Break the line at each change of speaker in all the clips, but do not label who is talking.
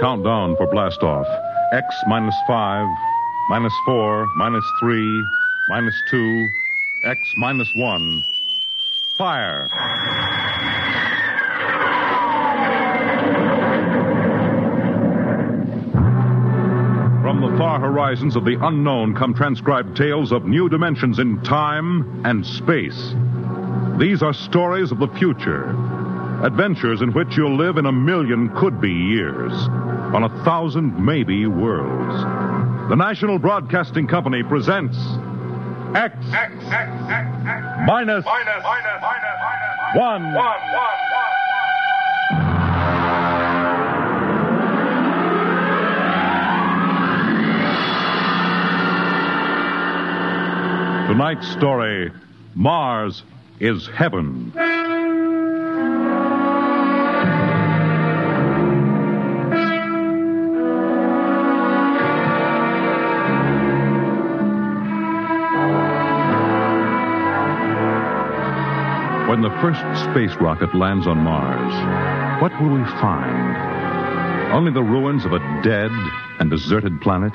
countdown for blastoff. X minus 5, minus 4, minus 3, minus 2, X minus 1. Fire! From the far horizons of the unknown come transcribed tales of new dimensions in time and space. These are stories of the future, adventures in which you'll live in a million could be years, on a thousand maybe worlds. The National Broadcasting Company presents X, minus one. Tonight's story Mars is Heaven. When the first space rocket lands on Mars, what will we find? Only the ruins of a dead and deserted planet?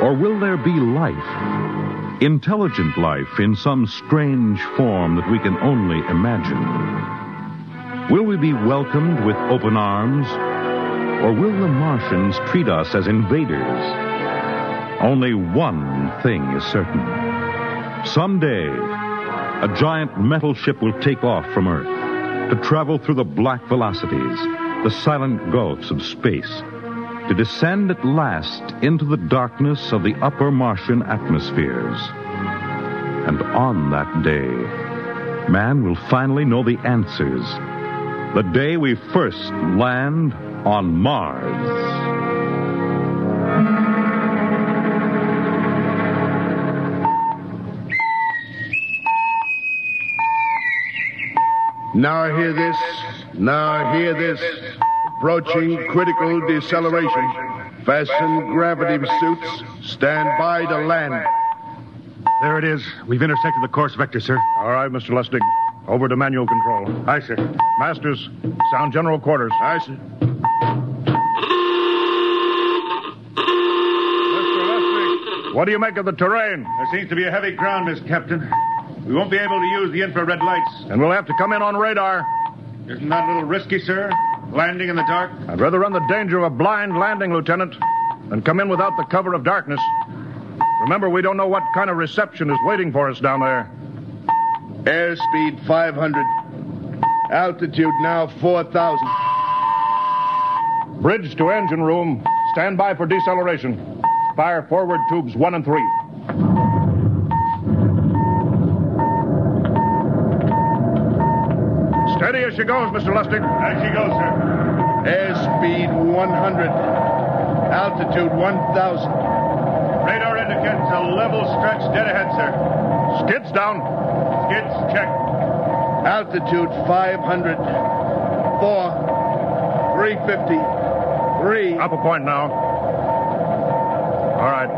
Or will there be life? Intelligent life in some strange form that we can only imagine? Will we be welcomed with open arms? Or will the Martians treat us as invaders? Only one thing is certain. Someday, a giant metal ship will take off from Earth to travel through the black velocities, the silent gulfs of space, to descend at last into the darkness of the upper Martian atmospheres. And on that day, man will finally know the answers. The day we first land on Mars.
Now I hear this. Now I hear this. Approaching critical deceleration. Fasten gravity suits. Stand by to land.
There it is. We've intersected the course vector, sir.
All right, Mr. Lustig. Over to manual control.
Aye, sir.
Masters, sound general quarters.
I see.
Mr. Lustig,
What do you make of the terrain?
there seems to be a heavy ground, Miss Captain. We won't be able to use the infrared lights.
And we'll have to come in on radar.
Isn't that a little risky, sir? Landing in the dark?
I'd rather run the danger of a blind landing, Lieutenant, than come in without the cover of darkness. Remember, we don't know what kind of reception is waiting for us down there.
Airspeed 500. Altitude now 4,000.
Bridge to engine room. Stand by for deceleration. Fire forward tubes one and three. Steady as she goes, Mr. Lustig.
There she goes, sir.
Airspeed 100. Altitude 1,000.
Radar indicates a level stretch dead ahead, sir.
Skids down.
Skids check.
Altitude 500. 4. 350. 3.
Up a point now. All right.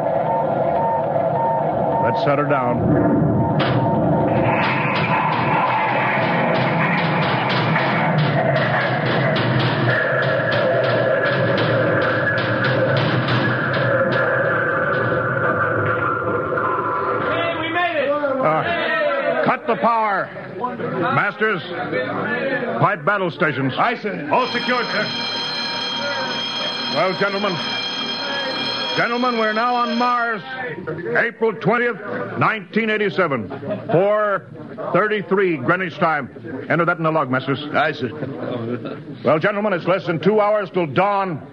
Let's set her down.
Hey, we made it!
Uh, cut the power. Masters, fight battle stations.
Aye, sir. All secured, sir.
Well, gentlemen. Gentlemen, we're now on Mars. April 20th, 1987. 4.33 Greenwich time. Enter that in the log, Masters.
I see.
Well, gentlemen, it's less than two hours till dawn.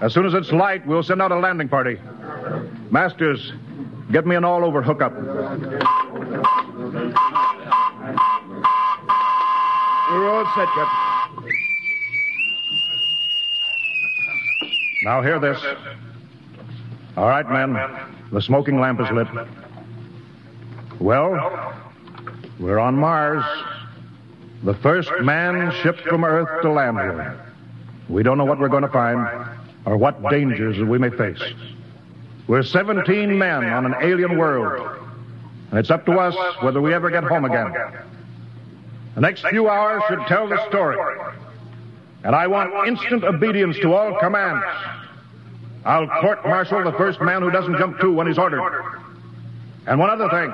As soon as it's light, we'll send out a landing party. Masters, get me an all-over hookup.
We're all set, Captain.
Now hear this. All right, men. The smoking lamp is lit. Well, we're on Mars. The first man shipped from Earth to land here. We don't know what we're going to find or what dangers that we may face. We're 17 men on an alien world, and it's up to us whether we ever get home again. The next few hours should tell the story. and I want instant obedience to all commands. I'll court martial the first man who doesn't jump to when he's ordered. And one other thing.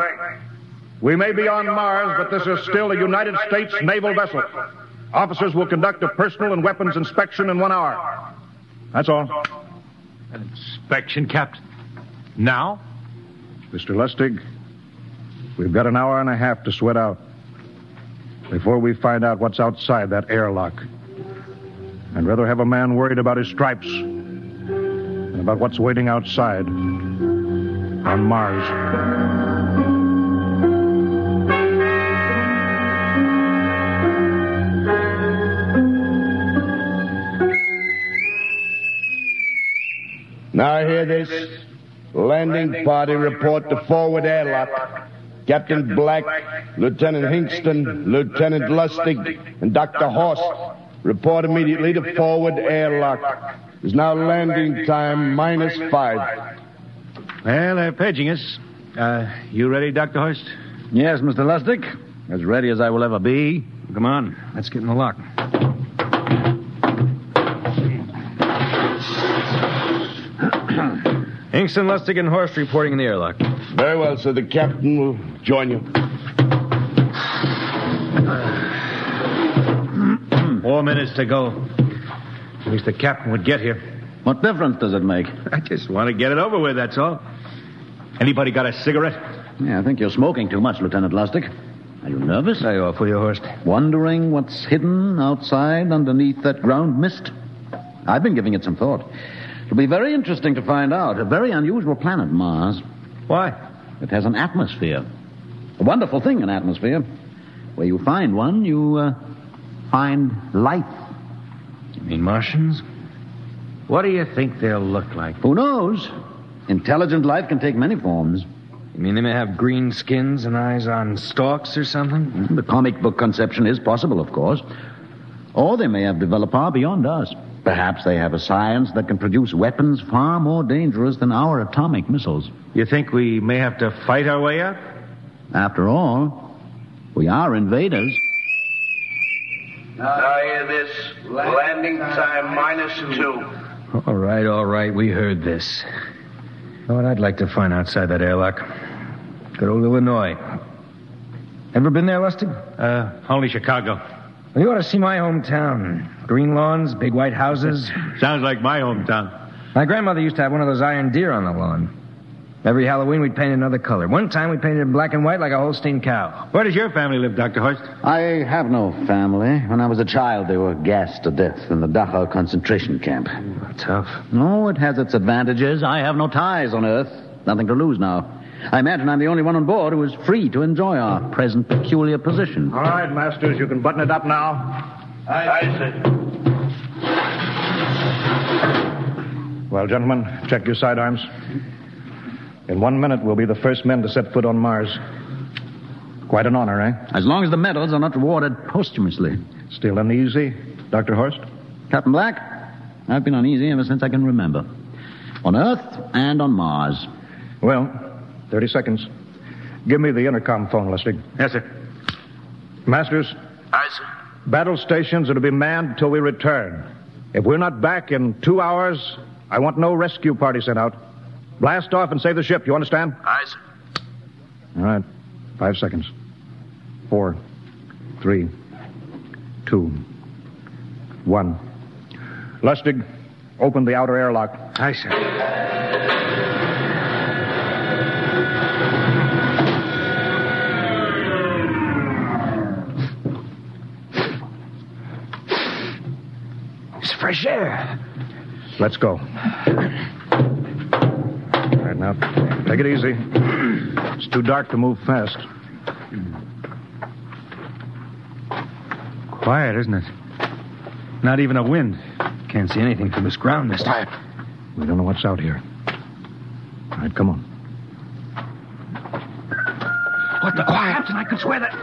We may be on Mars, but this is still a United States naval vessel. Officers will conduct a personal and weapons inspection in one hour. That's all.
An inspection, Captain? Now?
Mr. Lustig, we've got an hour and a half to sweat out before we find out what's outside that airlock. I'd rather have a man worried about his stripes than about what's waiting outside on Mars.
Now hear this. Landing party report to forward airlock. Captain Black, Lieutenant Hingston, Lieutenant Lustig, and Dr. Horst report immediately to forward airlock. It's now landing time minus five.
Well, they're paging us. Uh, you ready, Dr. Horst?
Yes, Mr. Lustig. As ready as I will ever be.
Come on. Let's get in the lock. Hingston, Lustig, and Horst reporting in the airlock.
Very well, sir. The captain will join you.
Four minutes to go. At least the captain would get here.
What difference does it make?
I just want to get it over with, that's all. Anybody got a cigarette?
Yeah, I think you're smoking too much, Lieutenant Lustig. Are you nervous?
There you are, for your Horst.
Wondering what's hidden outside underneath that ground mist? I've been giving it some thought. It'll be very interesting to find out. A very unusual planet, Mars.
Why?
It has an atmosphere. A wonderful thing, an atmosphere. Where you find one, you uh, find life.
You mean Martians? What do you think they'll look like?
Who knows? Intelligent life can take many forms.
You mean they may have green skins and eyes on stalks or something?
The comic book conception is possible, of course. Or they may have developed far beyond us. Perhaps they have a science that can produce weapons far more dangerous than our atomic missiles.
You think we may have to fight our way up?
After all, we are invaders.
Now hear this. Landing time minus two.
All right, all right, we heard this. You know what I'd like to find outside that airlock? Good old Illinois. Ever been there, Lustig?
Uh, only Chicago.
Well, you ought to see my hometown. Green lawns, big white houses.
Sounds like my hometown.
My grandmother used to have one of those iron deer on the lawn. Every Halloween, we'd paint another color. One time, we painted it black and white like a Holstein cow.
Where does your family live, Dr. Horst?
I have no family. When I was a child, they were gassed to death in the Dachau concentration camp.
Tough.
No, Oh, it has its advantages. I have no ties on Earth. Nothing to lose now. I imagine I'm the only one on board who is free to enjoy our present peculiar position.
All right, Masters, you can button it up now. Well, gentlemen, check your sidearms. In one minute, we'll be the first men to set foot on Mars. Quite an honor, eh?
As long as the medals are not rewarded posthumously.
Still uneasy, Dr. Horst?
Captain Black, I've been uneasy ever since I can remember. On Earth and on Mars.
Well, 30 seconds. Give me the intercom phone, Lustig.
Yes, sir.
Masters,
Aye, sir.
battle stations are to be manned till we return. If we're not back in two hours, I want no rescue party sent out. Blast off and save the ship, you understand?
Aye, sir.
All right. Five seconds. Four, three, two, one. Lustig, open the outer airlock.
Aye, sir. It's fresh air.
Let's go. All right, now, take it easy. It's too dark to move fast.
Quiet, isn't it? Not even a wind. Can't see anything from this ground this time.
We don't know what's out here. All right, come on.
What the? Quiet. Captain, I could swear that.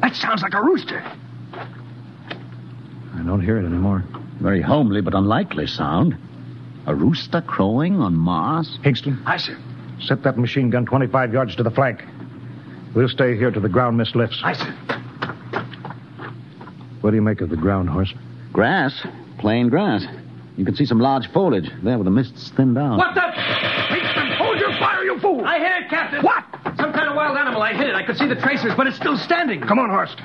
That sounds like a rooster.
I don't hear it anymore.
Very homely but unlikely sound. A rooster crowing on Mars?
Hingston,
I sir.
set that machine gun 25 yards to the flank. We'll stay here till the ground mist lifts.
I sir.
What do you make of the ground, Horst?
Grass? Plain grass. You can see some large foliage there where the mist's thinned out.
What the? Hinksman, hold your fire, you fool! I hit it, Captain. What? Some kind of wild animal. I hit it. I could see the tracers, but it's still standing.
Come on, Horst.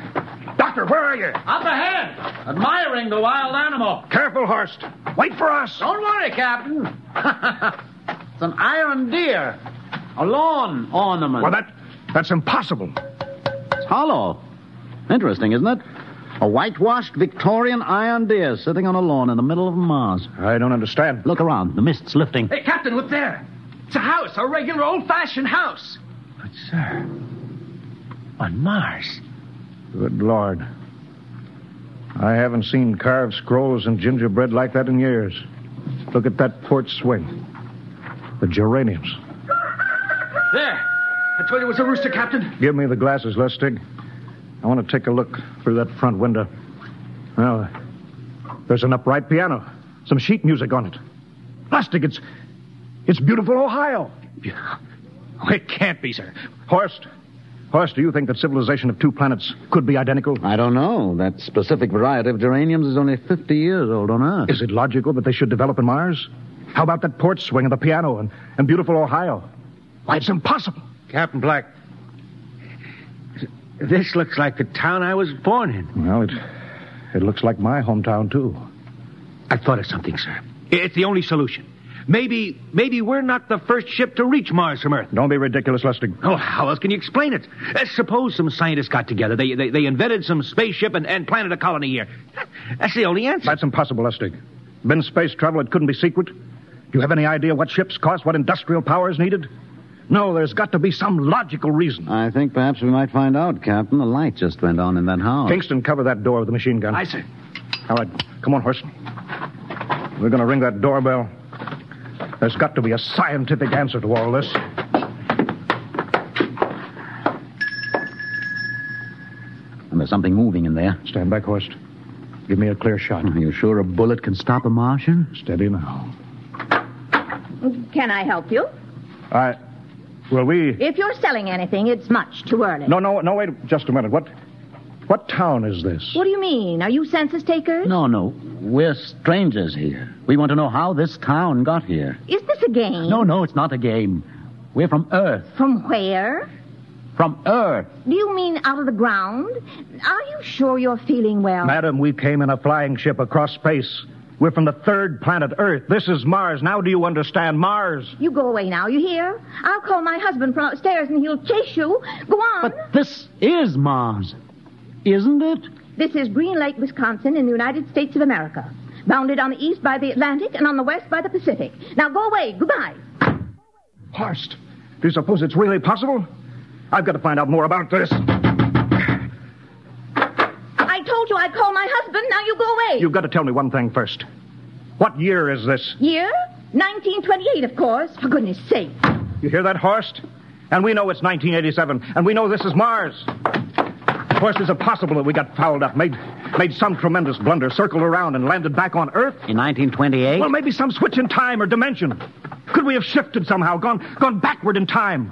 Doctor, where are you?
Up ahead, admiring the wild animal.
Careful, Horst. Wait for us.
Don't worry, Captain.
It's an iron deer. A lawn ornament.
Well, that that's impossible.
It's hollow. Interesting, isn't it? A whitewashed Victorian iron deer sitting on a lawn in the middle of Mars.
I don't understand.
Look around. The mist's lifting.
Hey, Captain, look there. It's a house, a regular old-fashioned house.
But, sir, on Mars.
Good Lord. I haven't seen carved scrolls and gingerbread like that in years. Look at that port swing. The geraniums.
There. I told you it was a rooster, Captain.
Give me the glasses, Lustig. I want to take a look through that front window. Well, there's an upright piano, some sheet music on it. Lustig, it's it's beautiful Ohio. Oh, It can't be, sir. Horst, Horst, do you think that civilization of two planets could be identical?
I don't know. That specific variety of geraniums is only 50 years old on Earth.
Is it logical that they should develop in Mars? How about that port swing and the piano and, and beautiful Ohio? Why, it's impossible.
Captain Black, this looks like the town I was born in.
Well, it, it looks like my hometown, too.
I've thought of something, sir. It's the only solution. Maybe, maybe we're not the first ship to reach Mars from Earth.
Don't be ridiculous, Lustig.
Oh, how else can you explain it? Uh, suppose some scientists got together. They, they, they invented some spaceship and, and planted a colony here. That's the only answer.
That's impossible, Lustig. Been space travel, it couldn't be secret. Do you have any idea what ships cost, what industrial power is needed? No, there's got to be some logical reason.
I think perhaps we might find out, Captain. The light just went on in that house.
Kingston, cover that door with the machine gun.
I see.
All right, come on, Horst. We're going to ring that doorbell. There's got to be a scientific answer to all this.
And there's something moving in there.
Stand back, Horst. Give me a clear shot.
Are you sure a bullet can stop a Martian?
Steady now.
Can I help you?
I. Well, we.
If you're selling anything, it's much too early.
No, no, no, wait just a minute. What. What town is this?
What do you mean? Are you census takers?
No, no. We're strangers here. We want to know how this town got here.
Is this a game?
No, no, it's not a game. We're from Earth.
From where?
From Earth.
Do you mean out of the ground? Are you sure you're feeling well?
Madam, we came in a flying ship across space. We're from the third planet Earth. This is Mars. Now do you understand? Mars.
You go away now, you hear? I'll call my husband from upstairs and he'll chase you. Go on.
But this is Mars, isn't it?
This is Green Lake, Wisconsin, in the United States of America. Bounded on the east by the Atlantic and on the west by the Pacific. Now go away. Goodbye.
Horst, do you suppose it's really possible? I've got to find out more about this.
I told you I'd call my husband. Now you go away.
You've got to tell me one thing first. What year is this?
Year? 1928, of course. For goodness sake.
You hear that, Horst? And we know it's 1987, and we know this is Mars. Horst, is it possible that we got fouled up, made, made some tremendous blunder, circled around, and landed back on Earth?
In 1928?
Well, maybe some switch in time or dimension. Could we have shifted somehow, gone gone backward in time?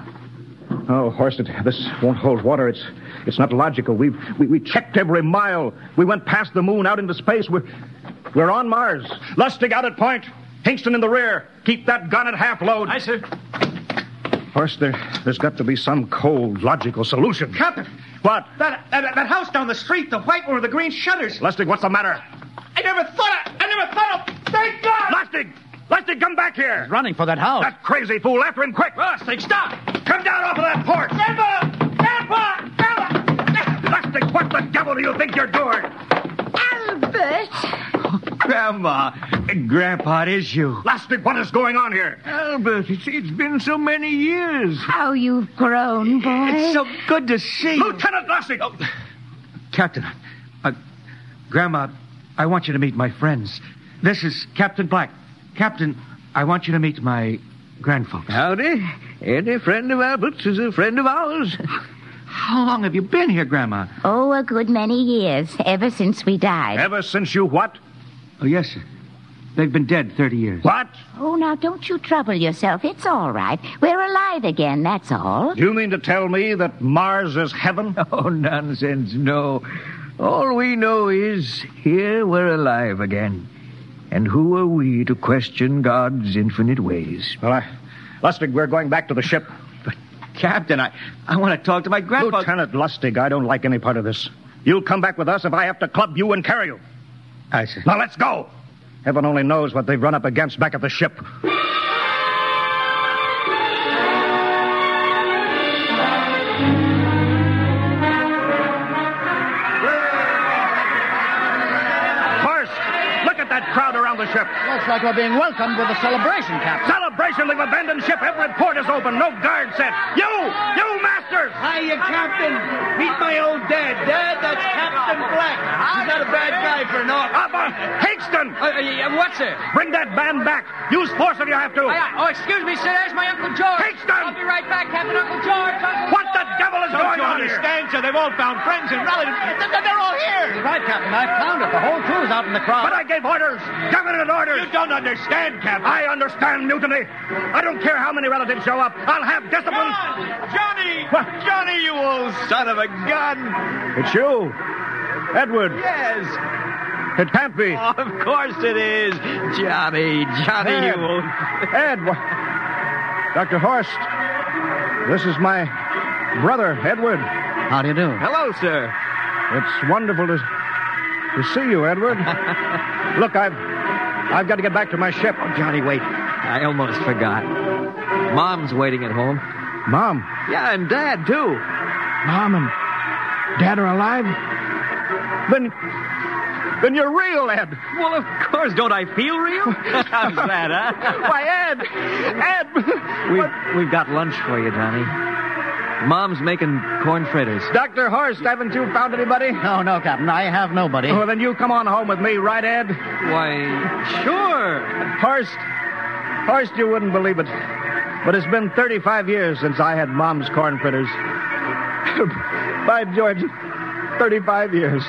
Oh, Horst, it, this won't hold water. It's it's not logical. We've we, we checked every mile. We went past the moon, out into space. We're we're on Mars. Lustig out at point. Hingston in the rear. Keep that gun at half load.
I see.
Horst, there, there's got to be some cold, logical solution.
Captain,
What?
that, that that house down the street, the white one with the green shutters.
Lustig, what's the matter?
I never thought of, I never thought of. Thank God!
Lustig! Lustig, come back here!
Running for that house.
That crazy fool, after him quick!
Lustig, stop!
Come down off of that porch!
Never! Never!
Lustig, what the devil do you think you're doing?
Albert!
Grandma, Grandpa, it is you.
Lustig, what is going on here?
Albert, it's, it's been so many years.
How you've grown, boy.
so good to see you.
Lieutenant Lustig!
Captain, uh, Grandma, I want you to meet my friends. This is Captain Black. Captain, I want you to meet my grandfolks. Howdy. Any friend of Albert's is a friend of ours. How long have you been here, Grandma?
Oh, a good many years, ever since we died.
Ever since you what?
Oh, yes, sir. They've been dead 30 years.
What?
Oh, now don't you trouble yourself. It's all right. We're alive again, that's all.
Do you mean to tell me that Mars is heaven?
Oh, nonsense, no. All we know is here we're alive again.
And who are we to question God's infinite ways? Well, I, Lustig, we're going back to the ship. But, Captain, I, I want to talk to my grandpa.
Lieutenant Lustig, I don't like any part of this. You'll come back with us if I have to club you and carry you. I see. Now let's go. Heaven only knows what they've run up against back at the ship.
First, look at that crowd around the ship.
Looks like we're being welcomed with a celebration, Captain.
Celebration! They've abandoned ship. Every port is open. No guard set. You! You, Masters!
Hiya, Captain. Meet my old dad. Dad, that's Captain Black. He's not a bad guy for naught.
Higston!
Uh, what's it?
Bring that man back. Use force if you have to.
oh, excuse me, sir. There's my Uncle George.
Higston!
I'll be right back, Captain Uncle George.
What the devil is
Don't
going
you
on here?
understand,
sir? They've all found friends and relatives. They're all here.
You're right, Captain. I found it. The whole crew's out in the crowd.
But I gave orders. Definite orders. You don't understand, Captain. I understand mutiny. I don't care how many relatives show up. I'll have
uh,
discipline. Johnny! Johnny, you old son of a gun.
It's you, Edward.
Yes.
It can't be.
Oh, of course it is. Johnny, Johnny,
Ed.
you old.
Ed, what? Dr. Horst, this is my brother, Edward. How do you do?
Hello, sir.
It's wonderful to, to see you, Edward. Look, I've, I've got to get back to my ship. Oh, Johnny, wait.
I almost forgot. Mom's waiting at home.
Mom?
Yeah, and Dad, too.
Mom and Dad are alive? Then, then you're real, Ed.
Well, of course. Don't I feel real? How's that, huh?
Why, Ed! Ed!
We've, we've got lunch for you, Johnny. Mom's making corn fritters.
Dr. Horst, haven't you found anybody?
No, no, Captain. I have nobody.
Well, then you come on home with me, right, Ed?
Why, sure.
Horst, Horst, you wouldn't believe it. But it's been 35 years since I had Mom's corn fritters. By George, 35 years.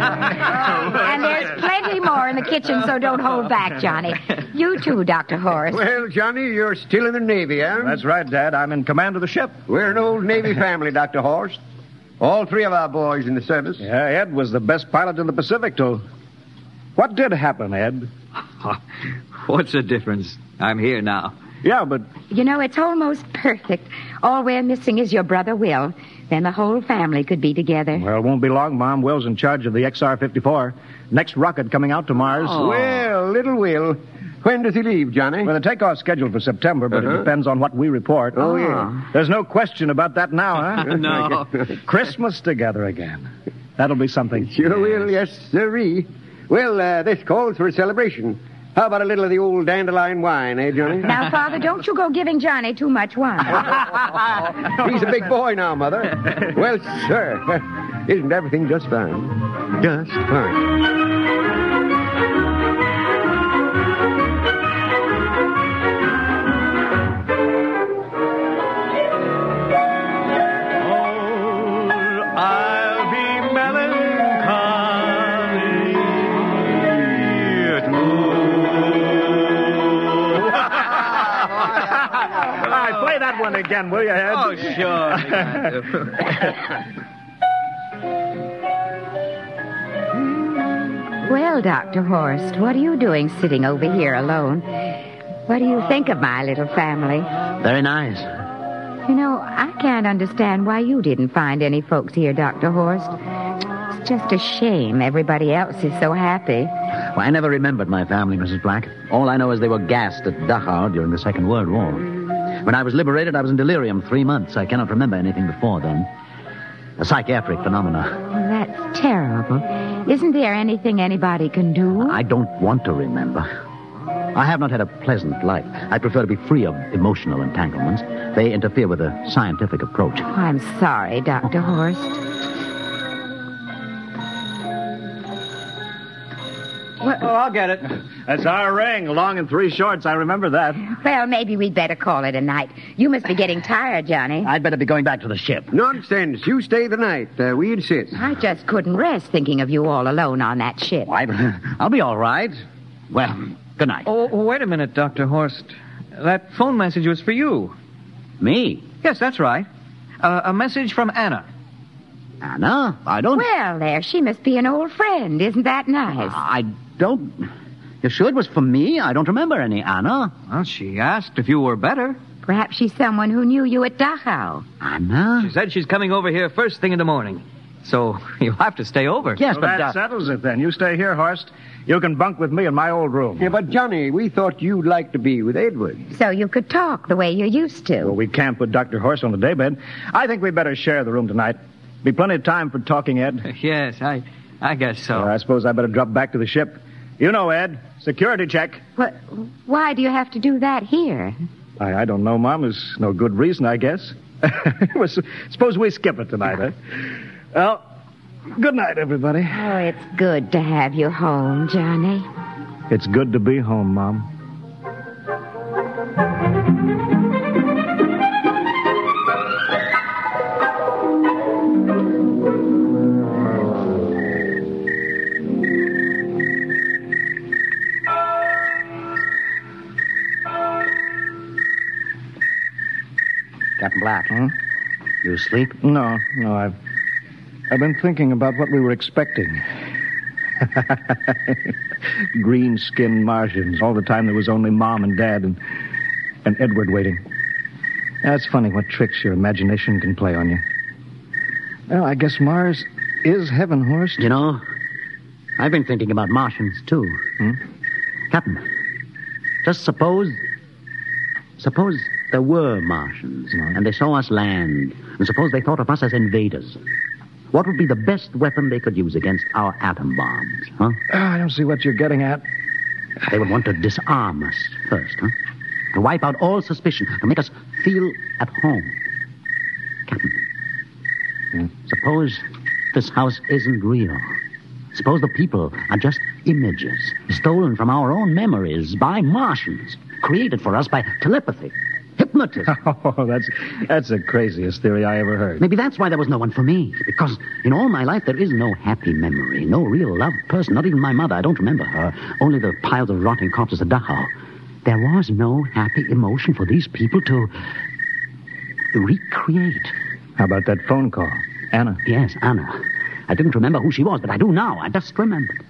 And there's plenty more in the kitchen, so don't hold back, Johnny. You too, Dr. Horace.
Well, Johnny, you're still in the Navy, eh?
That's right, Dad. I'm in command of the ship.
We're an old Navy family, Dr. Horst. All three of our boys in the service.
Yeah, Ed was the best pilot in the Pacific, too. What did happen, Ed?
What's the difference? I'm here now.
Yeah, but
You know, it's almost perfect. All we're missing is your brother Will. Then the whole family could be together.
Well, it won't be long, Mom. Will's in charge of the XR 54. Next rocket coming out to Mars.
Oh. Well, little Will. When does he leave, Johnny?
Well, the takeoff's scheduled for September, but
Uh-huh.
it depends on what we report.
Oh, yeah.
There's no question about that now, huh?
No.
Christmas together again. That'll be something.
Sure will, yes, sirree. Well, uh, this calls for a celebration. How about a little of the old dandelion wine, eh, Johnny?
Now, Father, don't you go giving Johnny too much wine.
He's a big boy now, Mother. Well, sir, isn't everything just fine? Just fine.
I'll be melancholy. It
All right, play that one again, will you, Ed?
Oh, sure.
well, Dr. Horst, what are you doing sitting over here alone? What do you think of my little family?
Very nice.
You know, I can't understand why you didn't find any folks here, Dr. Horst. It's just a shame everybody else is so happy.
Well, I never remembered my family, Mrs. Black. All I know is they were gassed at Dachau during the Second World War. When I was liberated, I was in delirium three months. I cannot remember anything before then. A psychiatric phenomena.
Oh, that's terrible. Isn't there anything anybody can do?
I don't want to remember. I have not had a pleasant life. I prefer to be free of emotional entanglements. They interfere with a scientific approach.
I'm sorry, Dr. Horst.
Oh, I'll get it. That's our ring, long and three shorts. I remember that.
Well, maybe we'd better call it a night. You must be getting tired, Johnny.
I'd better be going back to the ship.
Nonsense. You stay the night. Uh, we insist.
I just couldn't rest thinking of you all alone on that ship.
I'll be all right. Well, good night.
Oh, oh, wait a minute, Dr. Horst. That phone message was for you.
Me?
Yes, that's right. Uh, a message from Anna.
Anna? I don't.
Well, there, she must be an old friend. Isn't that nice?
I don't. You sure it was for me? I don't remember any, Anna.
Well, she asked if you were better.
Perhaps she's someone who knew you at Dachau.
Anna?
She said she's coming over here first thing in the morning. So you'll have to stay over.
well, that settles it then. You stay here, Horst. You can bunk with me in my old room.
Yeah, but Johnny, we thought you'd like to be with Edward.
So you could talk the way you used to.
Well, Oh, we can't put Dr. Horst on the daybed. I think we better share the room tonight. Be plenty of time for talking, Ed.
uh,
Uh,
Yes, I, I guess so.
I suppose I better drop back to the ship. You know, Ed, security check.
What, why do you have to do that here?
I, I don't know, Mom. There's no good reason, I guess. Well, s- suppose we skip it tonight, eh? Well, good night, everybody.
Oh, it's good to have you home, Johnny.
It's good to be home, Mom.
Captain Black. You asleep?
No, no, I've I've been thinking about what we were expecting. Green skinned Martians. All the time there was only Mom and Dad and and Edward waiting. That's funny what tricks your imagination can play on you. Well, I guess Mars is heaven, Horst.
You know, I've been thinking about Martians, too. Captain, just suppose. Suppose there were Martians, and they saw us land, and suppose they thought of us as invaders. What would be the best weapon they could use against our atom bombs, huh?
Oh, I don't see what you're getting at.
They would want to disarm us first, huh? To wipe out all suspicion, to make us feel at home. Captain, suppose this house isn't real. Suppose the people are just images stolen from our own memories by Martians, created for us by telepathy, hypnotism.
Oh, that's that's the craziest theory I ever heard.
Maybe that's why there was no one for me. Because in all my life, there is no happy memory, no real loved person, not even my mother. I don't remember her. Only the piles of rotting corpses at Dachau. There was no happy emotion for these people to recreate.
How about that phone call? Anna.
Yes, Anna. I didn't remember who she was, but I do now. I just remembered.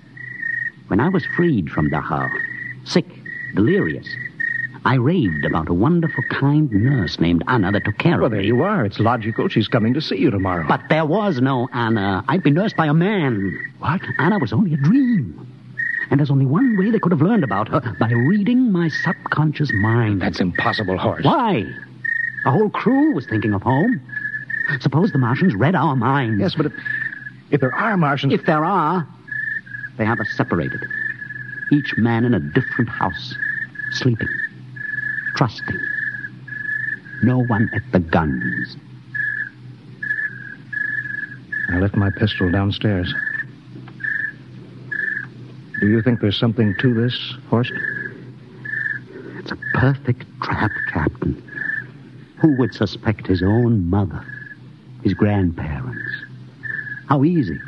When I was freed from Dachau, sick, delirious, I raved about a wonderful, kind nurse named Anna that took care of me.
Well, there you are. It's logical. She's coming to see you tomorrow.
But there was no Anna. I'd been nursed by a man. What? Anna was only a dream. And there's only one way they could have learned about her by reading my subconscious mind.
That's impossible, Horace.
Why? The whole crew was thinking of home. Suppose the Martians read our minds.
Yes, but if, if there are Martians.
If there are, they have us separated. Each man in a different house, sleeping, trusting. No one at the guns.
I left my pistol downstairs. Do you think there's something to this, Horst?
It's a perfect trap, Captain. Who would suspect his own mother, his grandparents? How easy.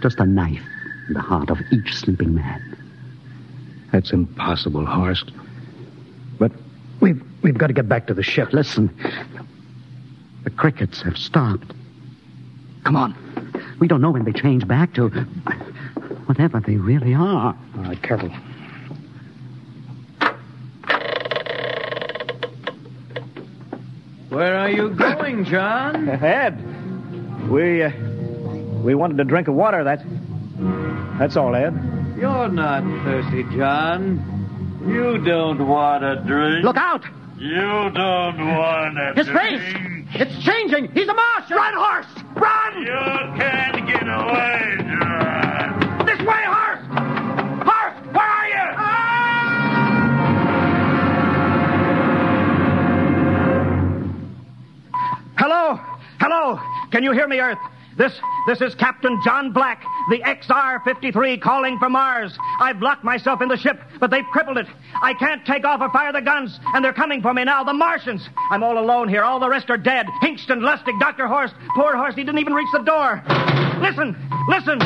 Just a knife in the heart of each sleeping man.
That's impossible, Horst. But we've we've got to get back to the ship.
Listen. The crickets have stopped. Come on. We don't know when they change back to whatever they really are.
All right, Ah, careful.
Where are you going, John?
Ed, we uh, we wanted a drink of water. That that's all, Ed.
You're not thirsty, John. You don't want a drink.
Look out!
You don't want a
His face! It's changing! He's a Martian! Run, horse! Run! You can't get away, John! This way, horse! Horse, where are you?
Ah!
Hello? Hello? Can you hear me, Earth? This this is Captain John Black, the XR-53 calling for Mars. I've locked myself in the ship, but they've crippled it. I can't take off or fire the guns, and they're coming for me now, the Martians. I'm all alone here. All the rest are dead. Hinkston, Lustig, Dr. Horst. Poor Horst, he didn't even reach the door. Listen, listen.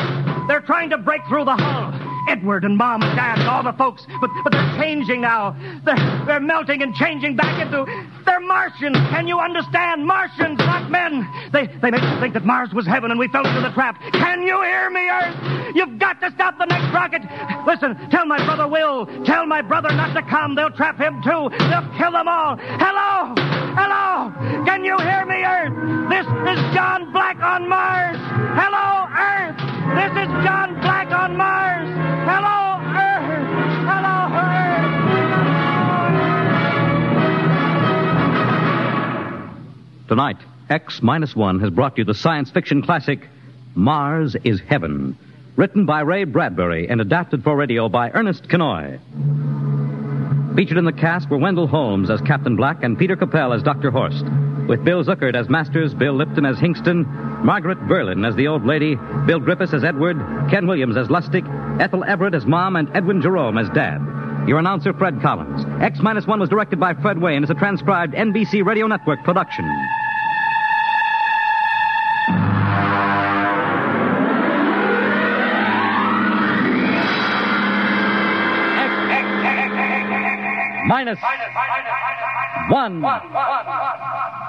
They're trying to break through the hull.
Edward and Mom and Dad and all the folks, but, but they're changing now. They're, they're melting and changing back into. They're Martians. Can you understand? Martians, not men. They, they made us think that Mars was heaven and we fell into the trap. Can you hear me, Earth? You've got to stop the next rocket. Listen, tell my brother Will. Tell my brother not to come. They'll trap him too. They'll kill them all. Hello? Hello? Can you hear me, Earth? This is John Black on Mars. Hello, Earth. This is John Black on Mars. Hello, Earth. Hello,
Tonight, X Minus One has brought you the science fiction classic, Mars is Heaven, written by Ray Bradbury and adapted for radio by Ernest Kenoy. Featured in the cast were Wendell Holmes as Captain Black and Peter Capell as Dr. Horst, with Bill Zuckert as Masters, Bill Lipton as Hingston, Margaret Berlin as the old lady, Bill Griffiths as Edward, Ken Williams as Lustig, Ethel Everett as Mom, and Edwin Jerome as Dad. Your announcer, Fred Collins. X Minus One was directed by Fred Way and is a transcribed NBC Radio Network production. Minus one.
Earth.